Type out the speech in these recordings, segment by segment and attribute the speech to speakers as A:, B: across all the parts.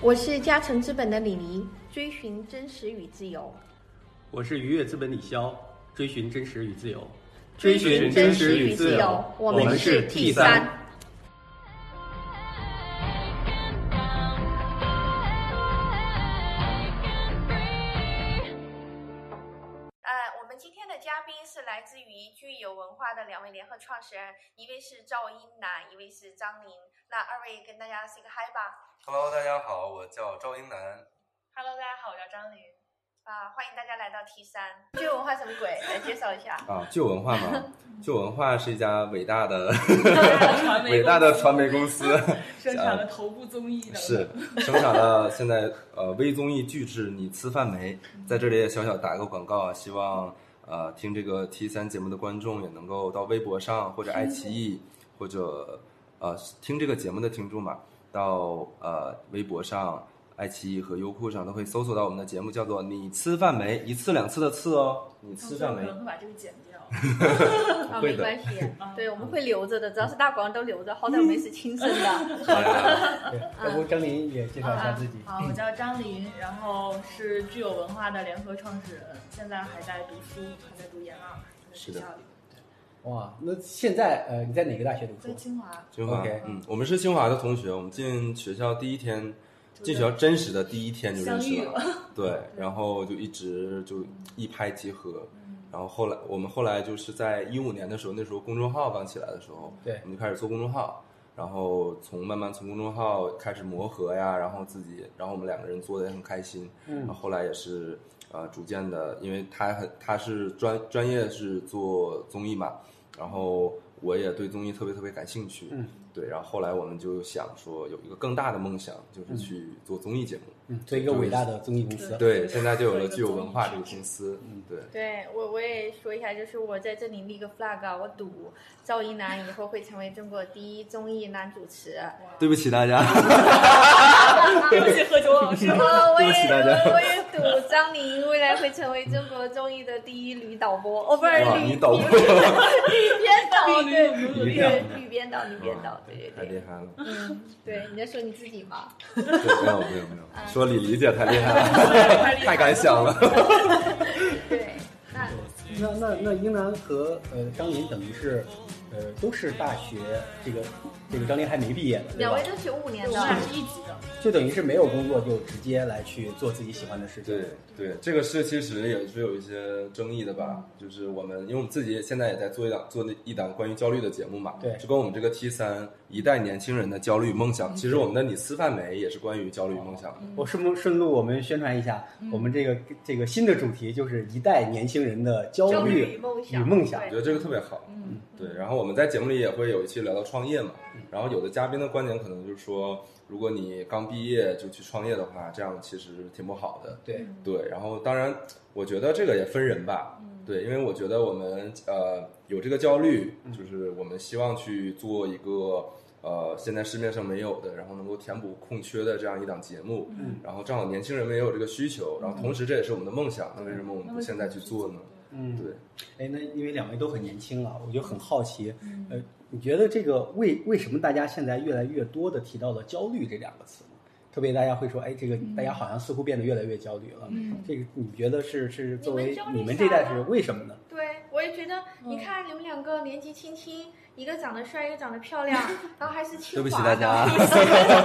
A: 我是嘉诚资本的李黎，追寻真实与自由。
B: 我是愉悦资本李潇，追寻真实与自由，
A: 追寻真实与自由，我们是 T 三。呃，我们今天的嘉宾是来自于聚友文化的两位联合创始人，一位是赵英男，一位是张琳。那二位跟大家 say 个 hi 吧。
C: Hello，大家好，我叫赵英男。
D: Hello，大家好，我叫张琳。
A: 啊，欢迎大家来到 T 三。聚友文化什么鬼？来介绍一下。
C: 啊，旧文化嘛，旧文化是一家伟大的、
D: 传媒
C: 伟大的传媒公司，
D: 生产了头部综艺的，
C: 是生产了现在呃微综艺巨制《你吃饭没》。在这里也小小打个广告啊，希望呃听这个 T 三节目的观众也能够到微博上或者爱奇艺或者呃听这个节目的听众嘛，到呃微博上、爱奇艺和优酷上都可以搜索到我们的节目，叫做“你吃饭没”，一次两次的次哦，你吃饭没
D: 可？能会把这个剪掉。
A: 啊，
C: 会
A: 没
C: 的
A: 关系
D: 啊，
A: 对，我们会留着的，只要是大广都留着，好歹我们也是亲生的。
C: 好呀
E: 对要不张琳也介绍一
A: 啊
E: 下自己？
D: 好，我叫张琳，然后是具有文化的联合创始人，现在还在读书，还在读研二，还在学校里，
E: 哇，那现在呃你在哪个大学读
D: 在
E: 书？
D: 清华。
C: 清华
E: OK
C: 嗯，我们是清华的同学，我们进学校第一天，进学校真实的第一天就认识
D: 相遇
C: 了， 对，然后就一直就一拍即合，
D: 嗯
C: 然后后来我们后来就是在一五年的时候，那时候公众号刚起来的时候，
E: 对
C: 我们就开始做公众号，然后从慢慢从公众号开始磨合呀，然后自己，然后我们两个人做的也很开心，
E: 嗯
C: 然后后来也是呃逐渐的，因为他很他是专专业是做综艺嘛，然后我也对综艺特别特别感兴趣，
E: 嗯，
C: 对，然后后来我们就想说有一个更大的梦想，就是去做综艺节目，
E: 嗯，做一个伟大的综艺公司。
C: 对，现在就有了具有文化这个公司，嗯，对，
A: 对我，我也说一下，就是我在这里立个 flag 啊，我赌赵一楠以后会成为中国第一综艺男主持。
C: 对不起大家，
D: 对不起，何炅老师。
A: 哦，我也
C: 对不起大家
A: 我也赌张琳未来会成为中国综艺的第一女导播，哦，不是
C: 哇，
A: 女
C: 你导播
A: 编导，
D: 女
A: 对
D: 女
A: 对，
C: 女编
A: 女编导，女编导，对对
C: 太厉
A: 对，
C: 害了，
A: 嗯，对，你在说你自己吗？
C: 对没有没有没有，嗯 说李李姐太厉害了，太敢想了。
A: 对，那
E: 那那那英男和呃张琳等于是呃都是大学这个这个张琳还没毕业呢，对
A: 两
E: 吧
A: 位？都九五年
D: 我
A: 的
D: 们，俩是一级的，
E: 就等于是没有工作就直接来去做自己喜欢的事情。
C: 对对，这个事其实也是有一些争议的吧。就是我们，因为我们自己现在也在做一档做那一档关于焦虑的节目嘛，
E: 对
C: 就跟我们这个 T 三一代年轻人的焦虑梦想，其实我们的你吃饭没也是关于焦虑梦想的。
E: 我顺不顺路我们宣传一下，
A: 嗯
E: 我们这个这个新的主题就是一代年轻人的焦
A: 焦虑
E: 虑
A: 与梦
E: 与
A: 想
E: 梦想
C: 我。觉得这个特别好，嗯，对。然后我们在节目里也会有一期聊到创业嘛，然后有的嘉宾的观点可能就是说，如果你刚毕业就去创业的话，这样其实挺不好的，
E: 对，
C: 对，然后当然，我觉得这个也分人吧。对，因为我觉得我们呃有这个焦虑，就是我们希望去做一个呃现在市面上没有的，然后能够填补空缺的这样一档节目。
E: 嗯，
C: 然后正好年轻人们也有这个需求，然后同时这也是我们的梦想，嗯那为什么我们不现在去做呢？
E: 嗯，
C: 对，
E: 哎，那因为两位都很年轻了，我就很好奇，呃，你觉得这个为为什么大家现在越来越多的提到了焦虑这两个词呢？特别大家会说，哎，这个大家好像似乎变得越来越焦虑了。
D: 嗯
E: 这个你觉得是是作为
A: 焦虑
E: 你们这一代
A: 啥
E: 是
A: 呀
E: 为什么呢？
A: 对，我也觉得，你看你们两个年纪轻轻，一个长得帅，一个长得漂亮，然后还是清华的，
C: 对不起大家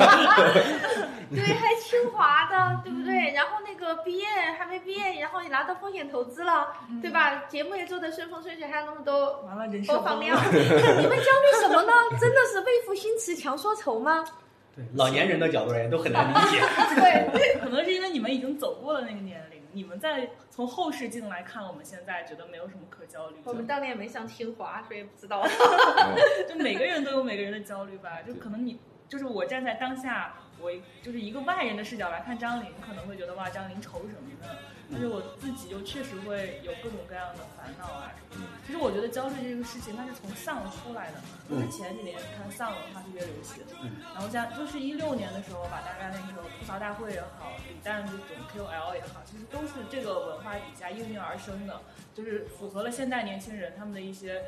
A: 对，还清华的，对不对？然后那个毕业还没毕业，然后也拿到风险投资了，对吧？节目也做得顺风顺水，还有那么多
D: 完了，嗯人设
A: 播放 量，你们焦虑什么呢？ 真的是为赋新词强说愁吗？
E: 对，老年人的角度而言都很难理 解。
A: 啊对，
D: 可能是因为你们已经走过了那个年龄，你们在从后视镜来看，我们现在觉得没有什么可焦虑
A: 我们
D: 的。
A: 当年也没上清华，所以不知道。
D: 就每个人都有每个人的焦虑吧，就可能你就是我站在当下，我就是一个外人的视角来看张琳，可能会觉得哇，张琳愁什么呢？但是我自己就确实会有各种各样的烦恼啊什么的。其实我觉得焦虑这个事情，它是从丧出来的。就是前几年看丧文化特别流行，然后加就是一六年的时候吧，大概那个时候吐槽大会也好，李诞这种 QL 也好，其实都是这个文化底下应运而生的，就是符合了现代年轻人他们的一些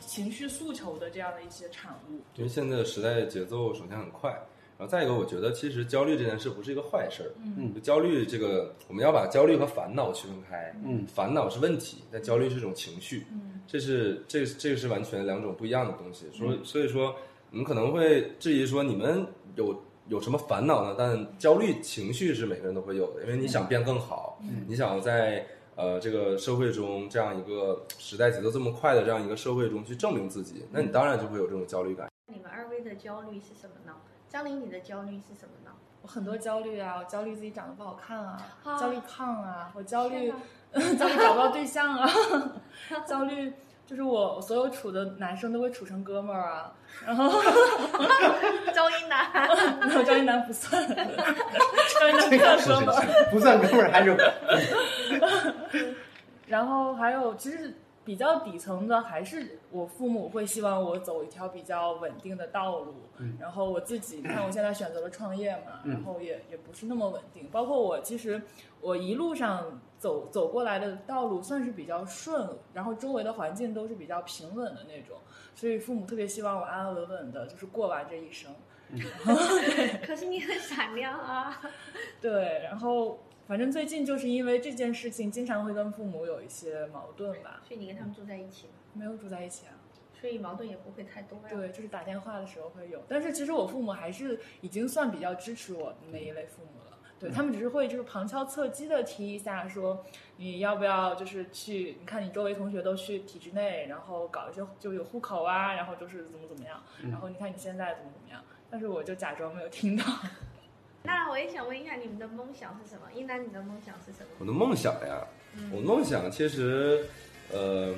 D: 情绪诉求的这样的一些产物。
C: 因为现在的时代节奏首先很快，然后再一个，我觉得其实焦虑这件事不是一个坏事儿。
D: 嗯
C: 就焦虑这个，我们要把焦虑和烦恼区分开。
E: 嗯，
C: 烦恼是问题，但焦虑是一种情绪。
D: 嗯
C: 这是这个这个是完全两种不一样的东西。所以所以说，你们可能会质疑说，你们有有什么烦恼呢？但焦虑情绪是每个人都会有的，因为你想变更好，
D: 嗯
C: 你想在呃这个社会中这样一个时代节奏这么快的这样一个社会中去证明自己，那你当然就会有这种焦虑感。
A: 你们二位的焦虑是什么呢？张琳，你的焦虑是什么呢？
D: 我很多焦虑啊，我焦虑自己长得不好看啊，
A: 啊
D: 焦虑胖啊，我焦虑
A: 天 哪
D: 焦虑找不到对象啊， 焦虑就是我我所有处的男生都会处成哥们儿啊， 然后
F: 周一男，
D: 没有张一楠不算， 张一楠不算哥们儿，
E: 不算哥们儿还是
D: 然后还有其实比较底层的还是我父母会希望我走一条比较稳定的道路，
E: 嗯
D: 然后我自己你看我现在选择了创业嘛，
E: 嗯
D: 然后也也不是那么稳定，包括我其实我一路上走走过来的道路算是比较顺，然后周围的环境都是比较平稳的那种，所以父母特别希望我安安稳稳的，就是过完这一生。
A: 可是你很闪亮啊！
D: 对，然后反正最近就是因为这件事情，经常会跟父母有一些矛盾吧，
A: 所以你跟他们住在一起嘛，
D: 没有住在一起啊。
A: 所以矛盾也不会太多呀。
D: 对，就是打电话的时候会有，但是其实我父母还是已经算比较支持我的那一
C: 嗯
D: 类父母了。对他们只是会就是旁敲侧击的提一下说，你要不要就是去？你看你周围同学都去体制内，然后搞一些就有户口啊，然后就是怎么怎么样，
C: 嗯
D: 然后你看你现在怎么怎么样。但是我就假装没有听到。
A: 那我也想问一下，你们的梦想是什么？一楠，你的梦想是什么？
C: 我的梦想呀，我的梦想其实，呃，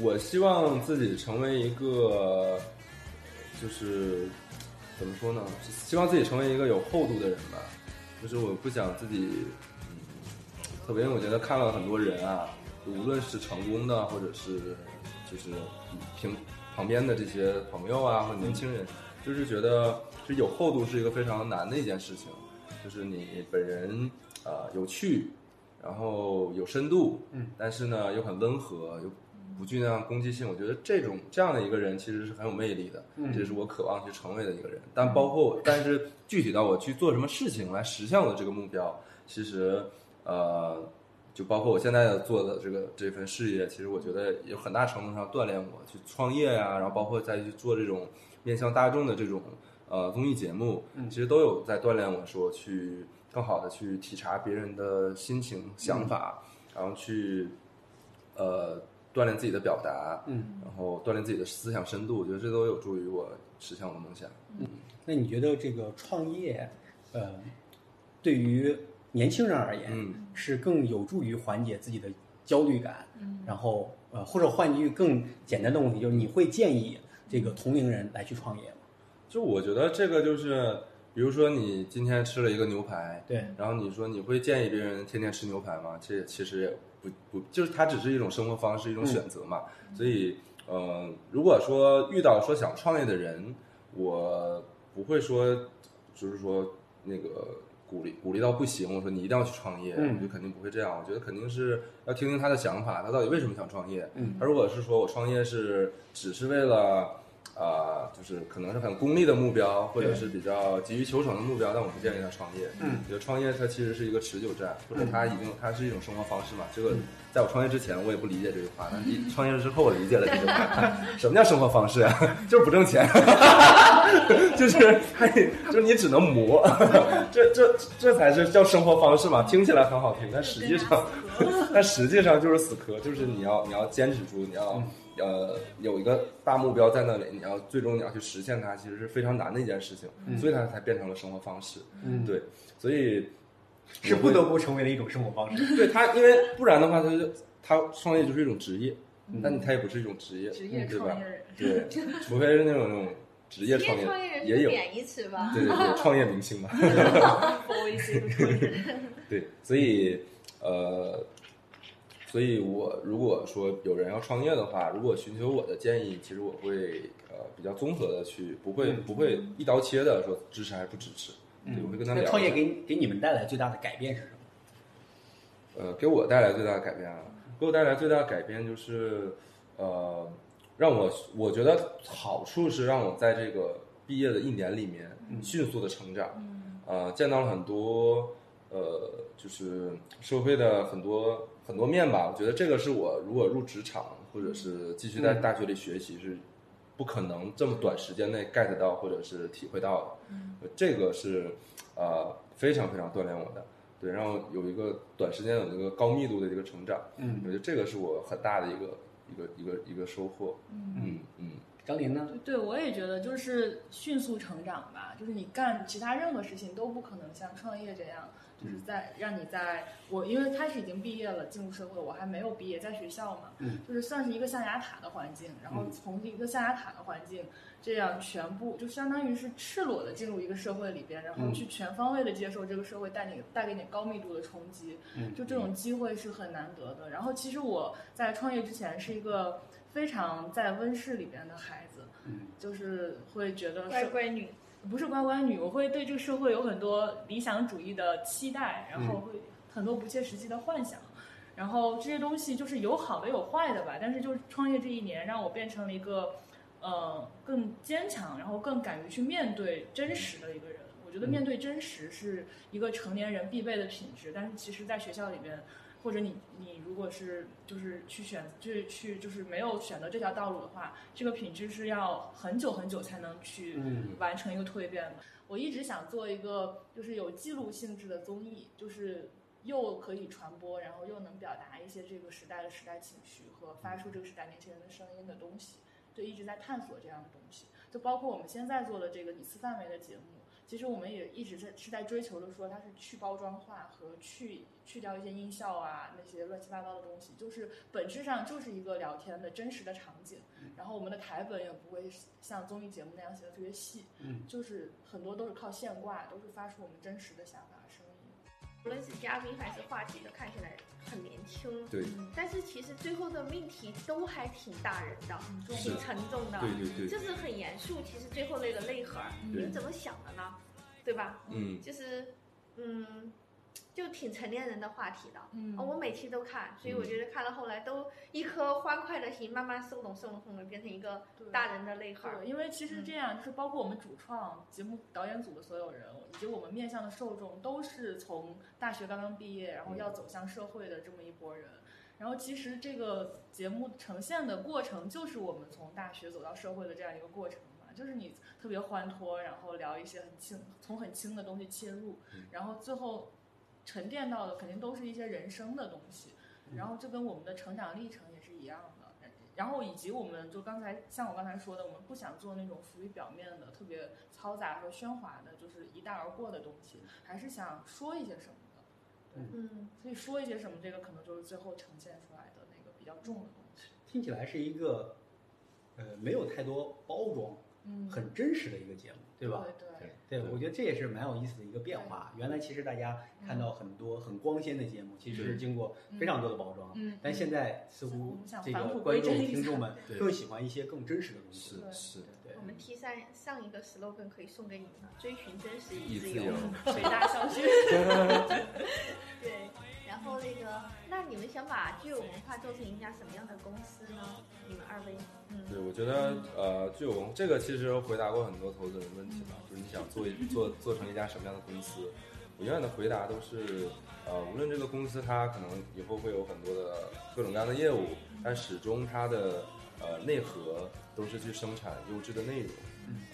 C: 我希望自己成为一个，就是怎么说呢？希望自己成为一个有厚度的人吧。就是我不想自己，嗯，特别因为我觉得看了很多人啊，无论是成功的，或者是就是嗯平旁边的这些朋友啊，或者年轻人，就是觉得是有厚度是一个非常难的一件事情。就是你本人呃有趣，然后有深度，
E: 嗯，
C: 但是呢又很温和，又不具那样攻击性。我觉得这种这样的一个人其实是很有魅力的，
E: 嗯
C: 这是我渴望去成为的一个人。但包括但是具体到我去做什么事情来实现我的这个目标，其实呃。就包括我现在做的这个这份事业，其实我觉得有很大程度上锻炼我去创业呀、然后包括再去做这种面向大众的这种呃综艺节目，其实都有在锻炼我说去更好的去体察别人的心情、想法，然后去呃锻炼自己的表达，
E: 嗯，
C: 然后锻炼自己的思想深度，我觉得这都有助于我实现我的梦想。
E: 那你觉得这个创业，呃，对于年轻人而言，
C: 嗯
E: 是更有助于缓解自己的焦虑感，然后呃，或者换一句更简单的问题，就是你会建议这个同龄人来去创业吗？
C: 就我觉得这个就是，比如说你今天吃了一个牛排，
E: 对，
C: 然后你说你会建议别人天天吃牛排吗？这其实也不不，就是它只是一种生活方式，
E: 嗯
C: 一种选择嘛。所以，呃，如果说遇到说想创业的人，我不会说，就是说那个鼓励鼓励到不行，我说你一定要去创业，
E: 嗯
C: 我就肯定不会这样。我觉得肯定是要听听他的想法，他到底为什么想创业。
E: 嗯
C: 他如果是说我创业是只是为了。啊、就是可能是很功利的目标，或者
E: 对
C: 是比较急于求成的目标，但我不建议他创业。
E: 嗯，
C: 觉得创业它其实是一个持久战，或者它已经它是一种生活方式嘛。
E: 嗯
C: 这个在我创业之前我也不理解这句 话，但一创业之后我理解了这句话。什么叫生活方式 啊？就是不挣钱，就是还就是你只能磨， 这这这才是叫生活方式嘛。听起来很好听，但实际上， 但实际上就是死磕，就是你要你要坚持住，你
D: 嗯
C: 要。呃，有一个大目标在那里，你要最终你要去实现它，其实是非常难的一件事情，
D: 嗯
C: 所以它才变成了生活方式。
E: 嗯，
C: 对，所以
E: 是不得不成为了一种生活方式。
C: 对他，因为不然的话，他就他创业就是一种职业，但他也不是一种职业，
D: 嗯职业
C: 嗯对
D: 创
C: 吧
D: 业？人，
C: 对，除非是那种那种职业
A: 职
C: 创
A: 业创业
C: 业
A: 人
C: 也
A: 是
C: 有
A: 个，贬义词吧？
C: 对对对，创业明星嘛，
D: 我一些创业人。
C: 对，所以呃，所以我如果说有人要创业的话，如果寻求我的建议，其实我会呃比较综合的去，不会
E: 嗯
C: 不会一刀切的说支持还是不支持，对，我会跟他
E: 那
C: 聊。
E: 创业给给你们带来最大的改变是什么？
C: 呃，给我带来最大的改变啊，给我带来最大的改变就是，呃，让我我觉得好处是让我在这个毕业的一年里面
E: 嗯
C: 迅速的成长，
D: 嗯
C: 呃，见到了很多呃，就是社会的很多很多面吧。我觉得这个是我如果入职场或者是继续在
E: 嗯
C: 大学里学习是不可能这么短时间内 get 到或者是体会到的。
D: 嗯
C: 呃这个是呃非常非常锻炼我的。对，然后有一个短时间有一个高密度的一个成长，
E: 嗯
C: 我觉得这个是我很大的一个一个一个一个收获。
D: 嗯。
C: 嗯嗯，
E: 张琳呢？
D: 对对，我也觉得就是迅速成长吧，就是你干其他任何事情都不可能像创业这样，就是
E: 嗯
D: 在让你在我因为他是已经毕业了进入社会，我还没有毕业，在学校嘛，
E: 嗯
D: 就是算是一个象牙塔的环境，然后
E: 嗯
D: 从一个象牙塔的环境这样全部就相当于是赤裸的进入一个社会里边，然后
E: 嗯
D: 去全方位的接受这个社会带你带给你高密度的冲击，
E: 嗯
D: 就这种机会是很难得的。然后其实我在创业之前是一个非常在温室里边的孩子，
E: 嗯
D: 就是会觉得
A: 乖
D: 社
A: 乖女，
D: 不是乖乖女，我会对这个社会有很多理想主义的期待，然后
E: 嗯
D: 会很多不切实际的幻想。然后这些东西就是有好的有坏的吧，但是就是创业这一年让我变成了一个，呃，更坚强，然后更敢于去面对真实的一个人。我觉得面对真实是一个成年人必备的品质，但是其实在学校里边，或者你呃你如果是就是去选就是去就是没有选择这条道路的话，这个品质是要很久很久才能去
E: 嗯
D: 完成一个蜕变的。我一直想做一个就是有记录性质的综艺，就是又可以传播，然后又能表达一些这个时代的时代情绪和发出这个时代年轻人的声音的东西。对，一直在探索这样的东西，就包括我们现在做的这个以次范围的节目，其实我们也一直在是在追求着说它是去包装化和去去掉一些音效啊那些乱七八糟的东西，就是本质上就是一个聊天的真实的场景。然后我们的台本也不会像综艺节目那样写的特别细，
E: 嗯
D: 就是很多都是靠现挂，都是发出我们真实的想法和声音。
A: 无论是嘉宾还是话题，都看起来很年轻，
C: 对
D: 嗯
A: 但是其实最后的命题都还挺大人的，
D: 嗯，
C: 是
A: 挺沉重的，
C: 对对对，
A: 就是很严肃。其实最后那个内核，你
C: 对
A: 们怎么想的呢？对吧？
C: 嗯
A: 就是，嗯，就挺成年人的话题的。
D: 嗯，
A: 哦，我每期都看，所以
C: 嗯
A: 我觉得看了后来都一颗欢快的心慢慢收拢收拢收拢，变成一个
D: 对
A: 大人的内核。
D: 对，因为其实这样就是包括我们主创、节目导演组的所有人，以及我们面向的受众，都是从大学刚刚毕业，然后要走向社会的这么一拨人。然后其实这个节目呈现的过程，就是我们从大学走到社会的这样一个过程嘛，就是你特别欢脱，然后聊一些很轻，从很轻的东西切入
C: 嗯，
D: 然后最后沉淀到的肯定都是一些人生的东西。然后这跟我们的成长历程也是一样的。然后以及我们就刚才像我刚才说的，我们不想做那种浮于表面的、特别嘈杂和喧哗的，就是一带而过的东西，还是想说一些什么的。
A: 嗯，
D: 所以说一些什么，这个可能就是最后呈现出来的那个比较重的东西。
E: 听起来是一个呃没有太多包装、
D: 嗯，
E: 很真实的一个节目，对吧？
D: 对对，
E: 对，
C: 对
E: 我觉得这也是蛮有意思的一个变化。原来其实大家
D: 嗯
E: 看到很多很光鲜的节目，其实是经过非常多的包装，
D: 嗯，
E: 但现在似
D: 嗯
E: 乎
D: 我们想
E: 这个
D: 返璞
E: 观
D: 归
E: 众
D: 真一
E: 听
D: 下
E: 众们
C: 对
E: 更喜欢一些更真实的东西。
C: 是
D: 嗯对
C: 是，
E: 对
A: 我，们 T 三上一个 slogan 可以送给你们了：追寻真实，
C: 以
A: 自
C: 自由。
D: 北大校 区，
A: 对，然后那个，那你们想把具有文化做成一家什么样的公司呢？你们二位，
C: 对，
A: 嗯，
C: 我觉得呃，具有文这个其实回答过很多投资人问题
D: 嗯
C: 吧，就是你想做一做做成一家什么样的公司，我永远的回答都是呃，无论这个公司它可能以后会有很多的各种各样的业务，但始终它的呃内核都是去生产优质的内容。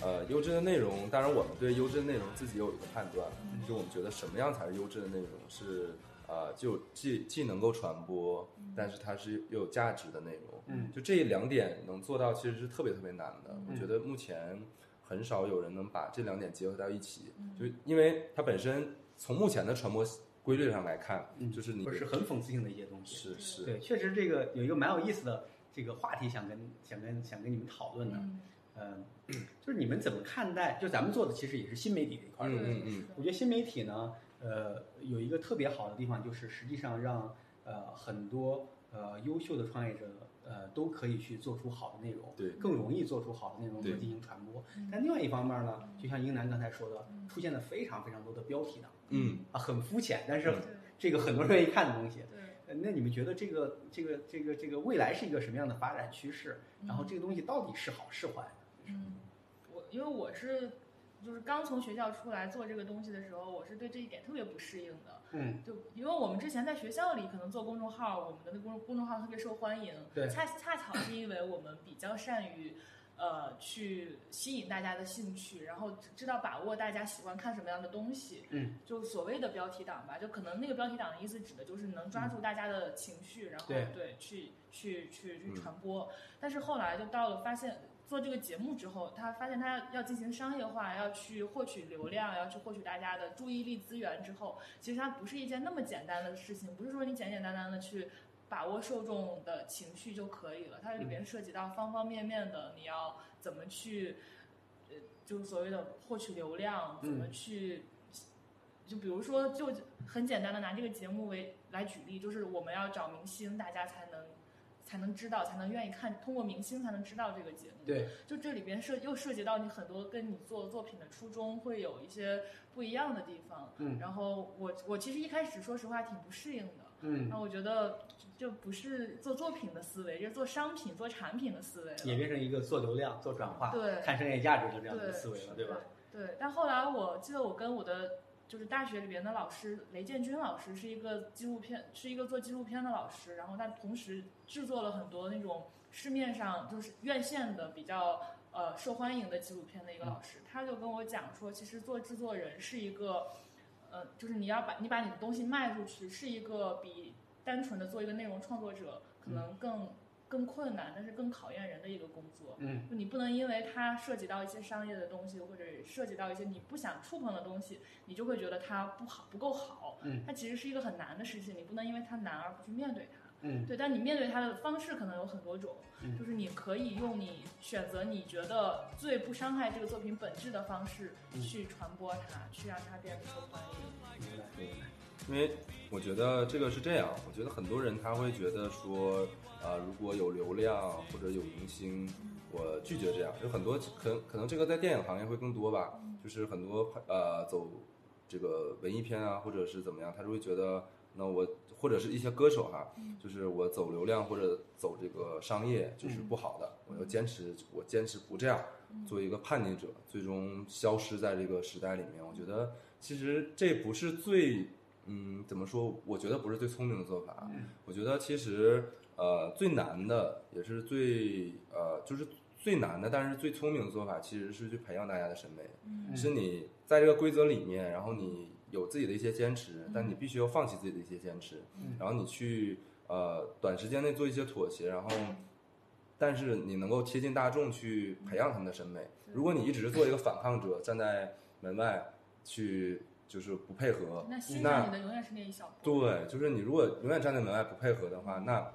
C: 呃，优质的内容，当然我们对优质的内容自己有一个判断，就我们觉得什么样才是优质的内容，是呃，就既既能够传播，但是它是又有价值的内容。
E: 嗯
C: 就这两点能做到，其实是特别特别难的。我
E: 嗯
C: 觉得目前很少有人能把这两点结合到一起，
E: 嗯
C: 就因为它本身从目前的传播规律上来看，
E: 嗯
C: 就是你
E: 或者是很讽刺性的一些东西。
C: 是是
E: 对，确实这个有一个蛮有意思的这个话题想跟想跟想跟你们讨论的，
D: 嗯
E: 嗯，就是你们怎么看待？就咱们做的其实也是新媒体这一块儿，
C: 嗯
E: 对不对
C: 嗯嗯，
E: 我觉得新媒体呢，呃，有一个特别好的地方，就是实际上让呃很多呃优秀的创业者呃都可以去做出好的内容，
C: 对
E: 更容易做出好的内容和
C: 对
E: 进行传播。但另外一方面呢，就像英楠刚才说的，出现了非常非常多的标题党
C: 嗯。
E: 啊，很肤浅，但是
C: 嗯
E: 这个很多人愿意看的东西。
D: 对，
E: 呃那你们觉得这个这个这个这个未来是一个什么样的发展趋势？然后这个东西到底是好是坏？
D: 嗯嗯，我因为我是就是刚从学校出来做这个东西的时候，我是对这一点特别不适应的。
E: 嗯，
D: 就因为我们之前在学校里可能做公众号，我们的那公公众号特别受欢迎，
E: 对
D: 恰恰巧是因为我们比较善于。呃，去吸引大家的兴趣，然后知道把握大家喜欢看什么样的东西，
E: 嗯，
D: 就所谓的标题党吧，就可能那个标题党的意思指的就是能抓住大家的情绪，然后
E: 嗯对
D: 去去去去
C: 嗯
D: 传播。但是后来就到了发现做这个节目之后，他发现他要进行商业化，要去获取流量，要去获取大家的注意力资源之后，其实它不是一件那么简单的事情，不是说你简简单单的去把握受众的情绪就可以了，它里边涉及到方方面面的，你要怎么去，呃，就是所谓的获取流量，怎么去。就比如说，就很简单的拿这个节目为来举例，就是我们要找明星，大家才能才能知道，才能愿意看，通过明星才能知道这个节目。
E: 对，
D: 就这里边涉又涉及到你很多跟你做作品的初衷会有一些不一样的地方。
E: 嗯
D: 然后我我其实一开始说实话挺不适应的，
E: 嗯
D: 那，我觉得这不是做作品的思维，这是做商品、做产品的思维了。
E: 也变成一个做流量、做转化、
D: 对
E: 看商业价值的这样的一
D: 对
E: 个思维了，对吧？？
D: 对，但后来我记得我跟我的就是大学里边的老师雷建军老师是一个纪录片，是一个做纪录片的老师，然后他同时制作了很多那种市面上就是院线的比较呃受欢迎的纪录片的一个老师，他就跟我讲说，其实做制作人是一个呃，就是你要把你把你的东西卖出去，是一个比单纯的做一个内容创作者可能更。更困难，但是更考验人的一个工作。
E: 嗯，
D: 就你不能因为它涉及到一些商业的东西，或者涉及到一些你不想触碰的东西，你就会觉得它不好不够好。
E: 嗯，
D: 它其实是一个很难的事情，你不能因为它难而不去面对它。
E: 嗯，
D: 对，但你面对它的方式可能有很多种，
E: 嗯
D: 就是你可以用你选择你觉得最不伤害这个作品本质的方式
E: 嗯
D: 去传播它，去让它变得受欢迎。
E: 明白。
C: 因为我觉得这个是这样，我觉得很多人他会觉得说，呃，如果有流量或者有明星，我拒绝这样。有很多可能可能这个在电影行业会更多吧，就是很多呃走这个文艺片啊，或者是怎么样，他就会觉得那我或者是一些歌手哈、就是我走流量或者走这个商业就是不好的，我要坚持我坚持不这样，作为一个叛逆者，最终消失在这个时代里面。我觉得其实这不是最嗯，怎么说？我觉得不是最聪明的做法。
E: 嗯
C: 我觉得其实呃最难的也是最呃就是最难的，但是最聪明的做法其实是去培养大家的审美。
E: 嗯
C: 是你在这个规则里面，然后你有自己的一些坚持，但你必须要放弃自己的一些坚持，
E: 嗯
C: 然后你去呃短时间内做一些妥协，然后。
E: 嗯
C: 但是你能够贴近大众去培养他们的审美。
E: 嗯
C: 如果你一直做一个反抗者，站在门外去就是不配合，
D: 那
E: 嗯
D: 欣
C: 那
D: 赏你的永远是那一小部分。
C: 对，就是你如果永远站在门外不配合的话，那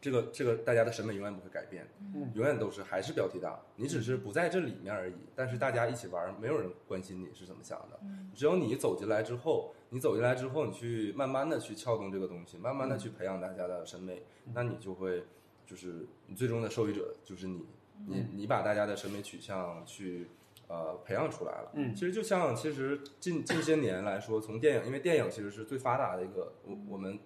C: 这个这个大家的审美永远不会改变，
E: 嗯
C: 永远都是还是标题党，你只是不在这里面而已。但是大家一起玩，没有人关心你是怎么想的，只有你走进来之后，你走进来之后，你去慢慢的去撬动这个东西，慢慢的去培养大家的审美，那你就会就是你最终的受益者就是你，你你把大家的审美取向去。呃，培养出来了。
E: 嗯
C: 其实就像其实近近些年来说，从电影，因为电影其实是最发达的一个，我我们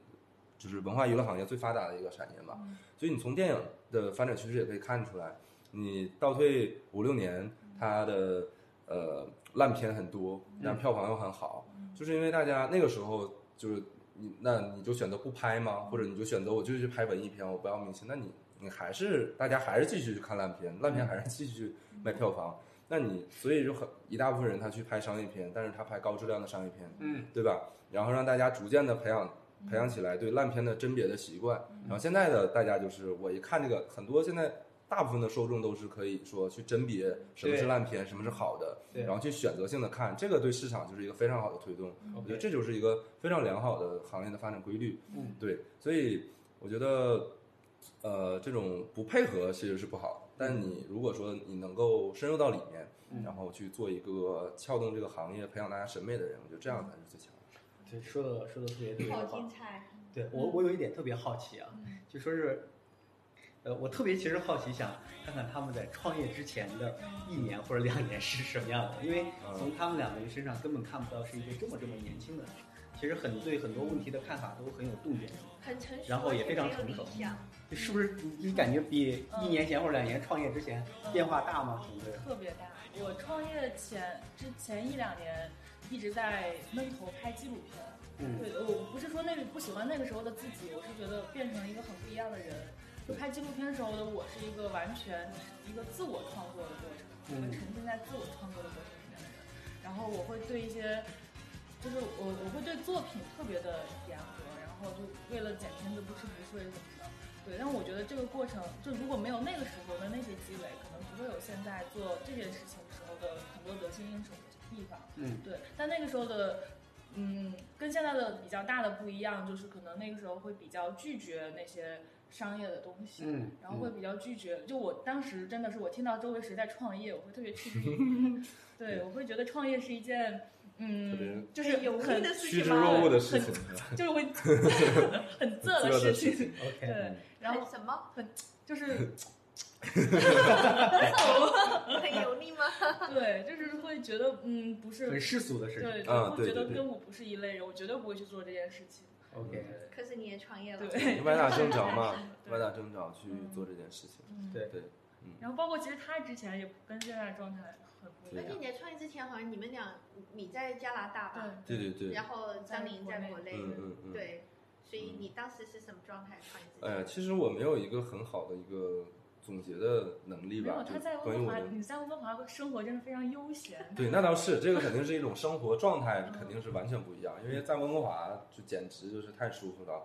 C: 就是文化娱乐行业最发达的一个产业嘛。所以你从电影的发展趋势也可以看出来，你倒退五六年，它的呃烂片很多，但是票房又很好，
E: 嗯
C: 就是因为大家那个时候就是你，那你就选择不拍吗？
E: 嗯
C: 或者你就选择我就去拍文艺片，我不要明星？那你你还是大家还是继续去看烂片，烂片还
E: 嗯
C: 是继续卖票房。那你所以就很一大部分人他去拍商业片，但是他拍高质量的商业片，
E: 嗯，
C: 对吧？然后让大家逐渐的培养培养起来对烂片的甄别的习惯。然后现在的大家就是，我一看这个，很多现在大部分的受众都是可以说去甄别什么
E: 对
C: 是烂片，什么是好的，
E: 对
C: 然后去选择性的看，这个对市场就是一个非常好的推动。我觉得这就是一个非常良好的行业的发展规律。
E: 嗯，
C: 对，所以我觉得，呃，这种不配合其实是不好。但你如果说你能够深入到里面，然后去做一个撬动这个行业、培养大家审美的人，我觉得这样才是最强的。
E: 对，说的说的特别特别
A: 好
E: 好
A: 精。彩，
E: 对我，我有一点特别好奇啊，就说是，呃，我特别其实好奇，想看看他们在创业之前的一年或者嗯两年是什么样的，因为从他们两个人身上根本看不到是一个这么这么年轻的其实很对很多问题的看法都很有洞见，
A: 很成熟，
E: 然后也非常
A: 很有
E: 成
A: 理
E: 熟
A: 想。
E: 是不是？你你感觉比一年前或者两年创业之前变化大吗？整个人
D: 嗯特别大。我创业前之前一两年一直在闷头拍纪录片，
E: 嗯
D: 对，我不是说那个不喜欢那个时候的自己，我是觉得变成了一个很不一样的人。就拍纪录片时候的我是一个完全一个自我创作的过程，
E: 嗯
D: 很沉浸在自我创作的过程里面的人。然后我会对一些，就是我我会对作品特别的严格，然后就为了剪片子不吃不睡什么的。对，但我觉得这个过程，就如果没有那个时候的那些积累，可能不会有现在做这件事情时候的很多得心应手的地方。
E: 嗯
D: 对，但那个时候的，嗯，跟现在的比较大的不一样，就是可能那个时候会比较拒绝那些商业的东西，
E: 嗯，
D: 然后会比较拒绝。就我当时真的是，我听到周围谁在创业，我会特别嗤之以鼻。对，我会觉得创业是一件，
C: 特
D: 嗯
C: 别，
D: 就是
A: 有
D: 很
A: 力的事
C: 趋
A: 情
C: 之
A: 吗？
C: 若鹜的事情，
D: 就是会很自的事情。
E: ，OK，
D: 对，然后
A: 很什么？
D: 就是
A: 很油腻吗？
D: 对，就是会觉得，嗯，不是
E: 很。世俗的事情
D: 对，
C: 啊
D: 就会
C: 对
D: 觉
C: 对
D: 得
C: 对
D: 跟我不是一类人，我绝对不会去做这件事情。
E: ，OK，
A: 可是你也创业了，
D: 对，
C: 歪打正着嘛，
D: 对
C: 歪打正着去做这件事情。
D: 嗯
E: 对
C: 对，
D: 然后包括其实他之前也跟现在状态很不一
A: 而
D: 样
A: 且。你在创业之前，好像你们俩，你在加拿大吧？
C: 对对对，
A: 然后张琳在国内，
C: 嗯嗯嗯。
A: 对，所以你当时是什么状态？创业之前？
E: 呃
C: 哎呀，其实我没有一个很好的一个总结的能力
D: 没有
C: 吧，
D: 他
C: 就
D: 在
C: 关于
D: 温哥
C: 我
D: 华，
C: 的。
D: 你在温哥华生活真的非常悠闲。
C: 对，那倒是，这个肯定是一种生活状态
D: 嗯，
C: 肯定是完全不一样。因为在温哥华就简直就是太舒服 了，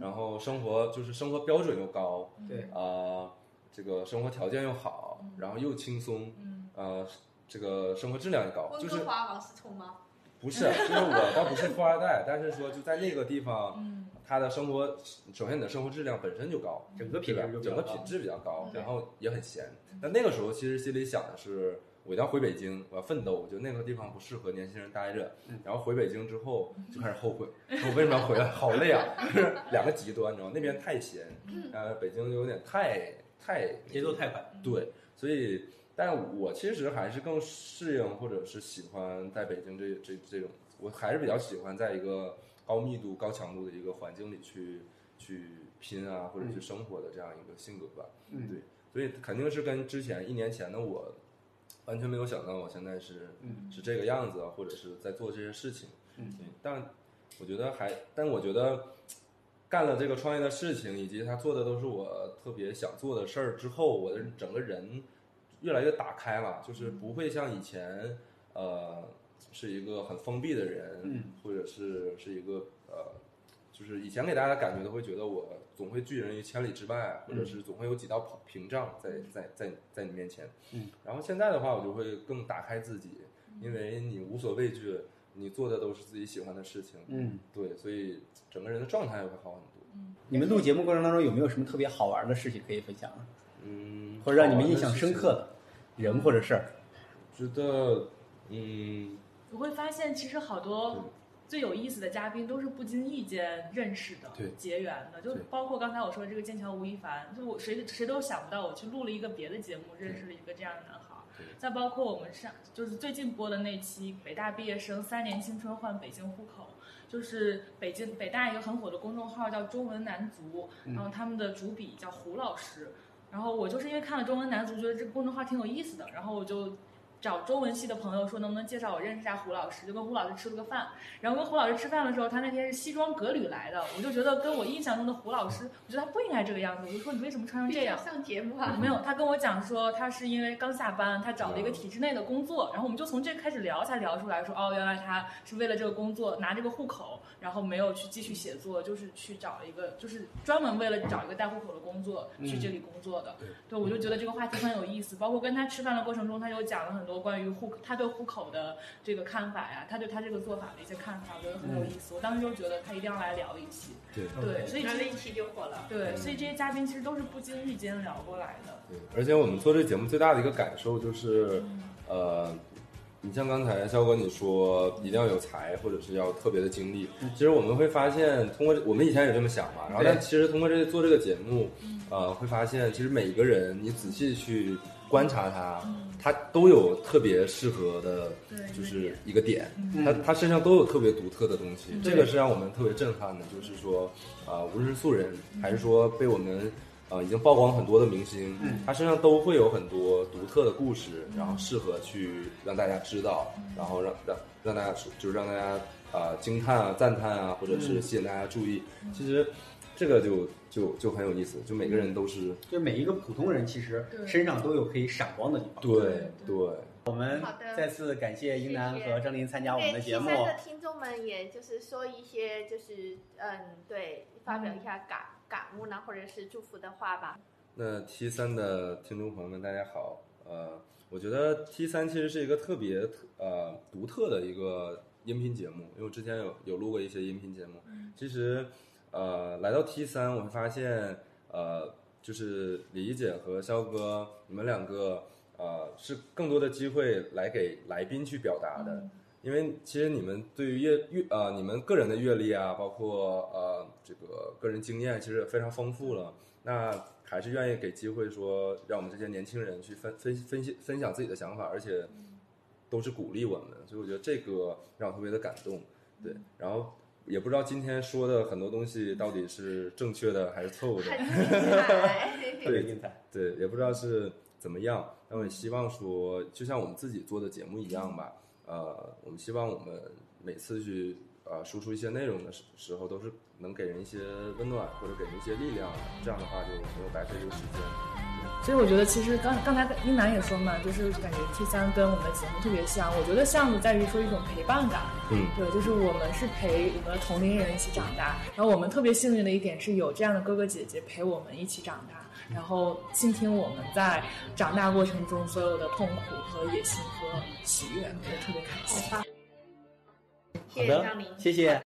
C: 然后生活就是生活标准又高
D: 嗯
E: 对
C: 啊、这个生活条件又好，然后又轻松，
D: 嗯，
C: 呃，这个生活质量也高，就
A: 温
C: 是
A: 哥华王思聪吗？
C: 不是，就是我倒不是富二代，但是说就在那个地方，
D: 嗯
C: 他的生活，首先你的生活质量本身就高，
E: 整个
C: 嗯对
E: 品
C: 吧
E: 质就？比
C: 整
E: 较
C: 个
E: 高
C: 品质比较高，
D: 嗯
C: 然后也很闲。但那个时候其实心里想的是，我一定要回北京，我要奋斗。我觉得那个地方不适合年轻人待着
E: 嗯。
C: 然后回北京之后就开始后悔，我为什么要回来？好累 啊！就是两个极端，你知道吗，那边太闲，呃，北京有点太太
E: 节奏太快，
C: 对，所以，但我其实还是更适应或者是喜欢在北京这这这种，我还是比较喜欢在一个高密度、高强度的一个环境里去去拼啊，或者去生活的这样一个性格吧。
E: 嗯
C: 对，所以肯定是跟之前一年前的我完全没有想到，我现在是
E: 嗯
C: 是这个样子啊，或者是在做这些事情。
E: 嗯
C: 对，但我觉得还，但我觉得干了这个创业的事情，以及他做的都是我特别想做的事儿之后，我的整个人越来越打开了，就是
E: 嗯
C: 不会像以前，呃，是一个很封闭的人，
E: 嗯
C: 或者是是一个呃。就是以前给大家的感觉都会觉得我总会拒人于千里之外，或者是总会有几道屏障在在在在你面前。
E: 嗯，
C: 然后现在的话，我就会更打开自己，因为你无所畏惧，你做的都是自己喜欢的事情，
E: 嗯。
C: 对，所以整个人的状态会好很多。嗯
E: 你们录节目过程当中有没有什么特别好玩的事情可以分享呢？
C: 嗯，
E: 或者让你们印象深刻的人或者事儿？
C: 觉得，嗯，
D: 我会发现其实好多最有意思的嘉宾都是不经意间认识的、
C: 对
D: 结缘的，就
C: 对
D: 包括刚才我说的这个剑桥吴亦凡，就我谁谁都想不到，我去录了一个别的节目，认识了一个这样的男孩儿
C: 对。
D: 再包括我们上就是最近播的那期北大毕业生三年青春换北京户口，就是北京北大一个很火的公众号叫中文男足，
E: 嗯
D: 然后他们的主笔叫胡老师。然后我就是因为看了中文男足，觉得这个公众号挺有意思的，然后我就找中文系的朋友说能不能介绍我认识一下胡老师，就跟胡老师吃了个饭。然后跟胡老师吃饭的时候，他那天是西装革履来的，我就觉得跟我印象中的胡老师，我觉得他不应该这个样子。我就说你为什么穿成这样？嗯
A: 上节目啊？
D: 没有，他跟我讲说他是因为刚下班，他找了一个体制内的工作，然后我们就从这开始聊，才聊出来说哦，原来他是为了这个工作拿这个户口，然后没有去继续写作，就是去找一个就是专门为了找一个带户口的工作去这里工作的。对，我就觉得这个话题很有意思，包括跟他吃饭的过程中，他有讲了很多关于户口他对户口的这个看法呀，他对他这个做法的一些看法，我觉得很有意思。我当时就觉得他一定要来聊一期，
C: 对
D: 对，所以
A: 然
D: 其
A: 后
D: 实
A: 那一期就火了。
D: 对，所以这些嘉宾其实都是不经意间聊过来的。
C: 嗯对，而且我们做这节目最大的一个感受就是，呃，你像刚才肖哥你说一定要有才，或者是要特别的经历，
E: 嗯
C: 其实我们会发现，通过我们以前也这么想嘛，然后但其实通过这做这个节目，呃，会发现其实每一个人你仔细去观察他，他都有特别适合的，就是一个点，嗯他他身上都有特别独特的东西，这个是让我们特别震撼的，就是说，啊，无论是素人还是说被我们。呃，已经曝光很多的明星，他身上都会有很多独特的故事，然后适合去让大家知道，然后让让让大家就是让大家呃惊叹啊、赞叹啊，或者是吸引大家注意。其实这个就就就很有意思，就每个人都是
E: 就每一个普通人其实身上都有可以闪光的地方。
C: 对对，
A: 好的
E: 再次感谢英楠
A: 谢谢
E: 和张琳参加我们
A: 对
E: 的
A: T
E: 节
A: 三
E: 目。
A: 的听众们，也就是说一些就是嗯，对，发表一下感感悟呢，或者是祝福的话 吧。
C: 那 T 三的听众朋友们，大家好。呃，我觉得 T 三其实是一个特别特呃独特的一个音频节目，因为我之前有有录过一些音频节目。其实，呃，来到 T 三，我会发现，呃，就是李怡姐和肖哥，你们两个，呃，是更多的机会来给来宾去表达的。因为其实你们对于阅阅呃你们个人的阅历啊，包括呃这个个人经验，其实非常丰富了。那还是愿意给机会说，让我们这些年轻人去分分分析分享自己的想法，而且都是鼓励我们，所以我觉得这个让我特别的感动。对，然后也不知道今天说的很多东西到底是正确的还是错误的，
A: 很精彩。
E: 特别精彩，
C: 对，也不知道是怎么样，但我也希望说，就像我们自己做的节目一样吧，呃，我们希望我们每次去呃输出一些内容的时时候，都是能给人一些温暖或者给人一些力量的，这样的话就没有白费这个时间。
D: 所以我觉得，其实刚刚才英楠也说嘛，就是感觉 T 三跟我们的节目特别像。我觉得像的在于说一种陪伴感，
C: 嗯，
D: 对，就是我们是陪我们的同龄人一起长大，然后我们特别幸运的一点是有这样的哥哥姐姐陪我们一起长大，然后倾听我们在长大过程中所有的痛苦和野心和喜悦，我觉得特别开心。
E: 好
A: 谢谢
E: 的
A: 张琳，，
E: 谢谢。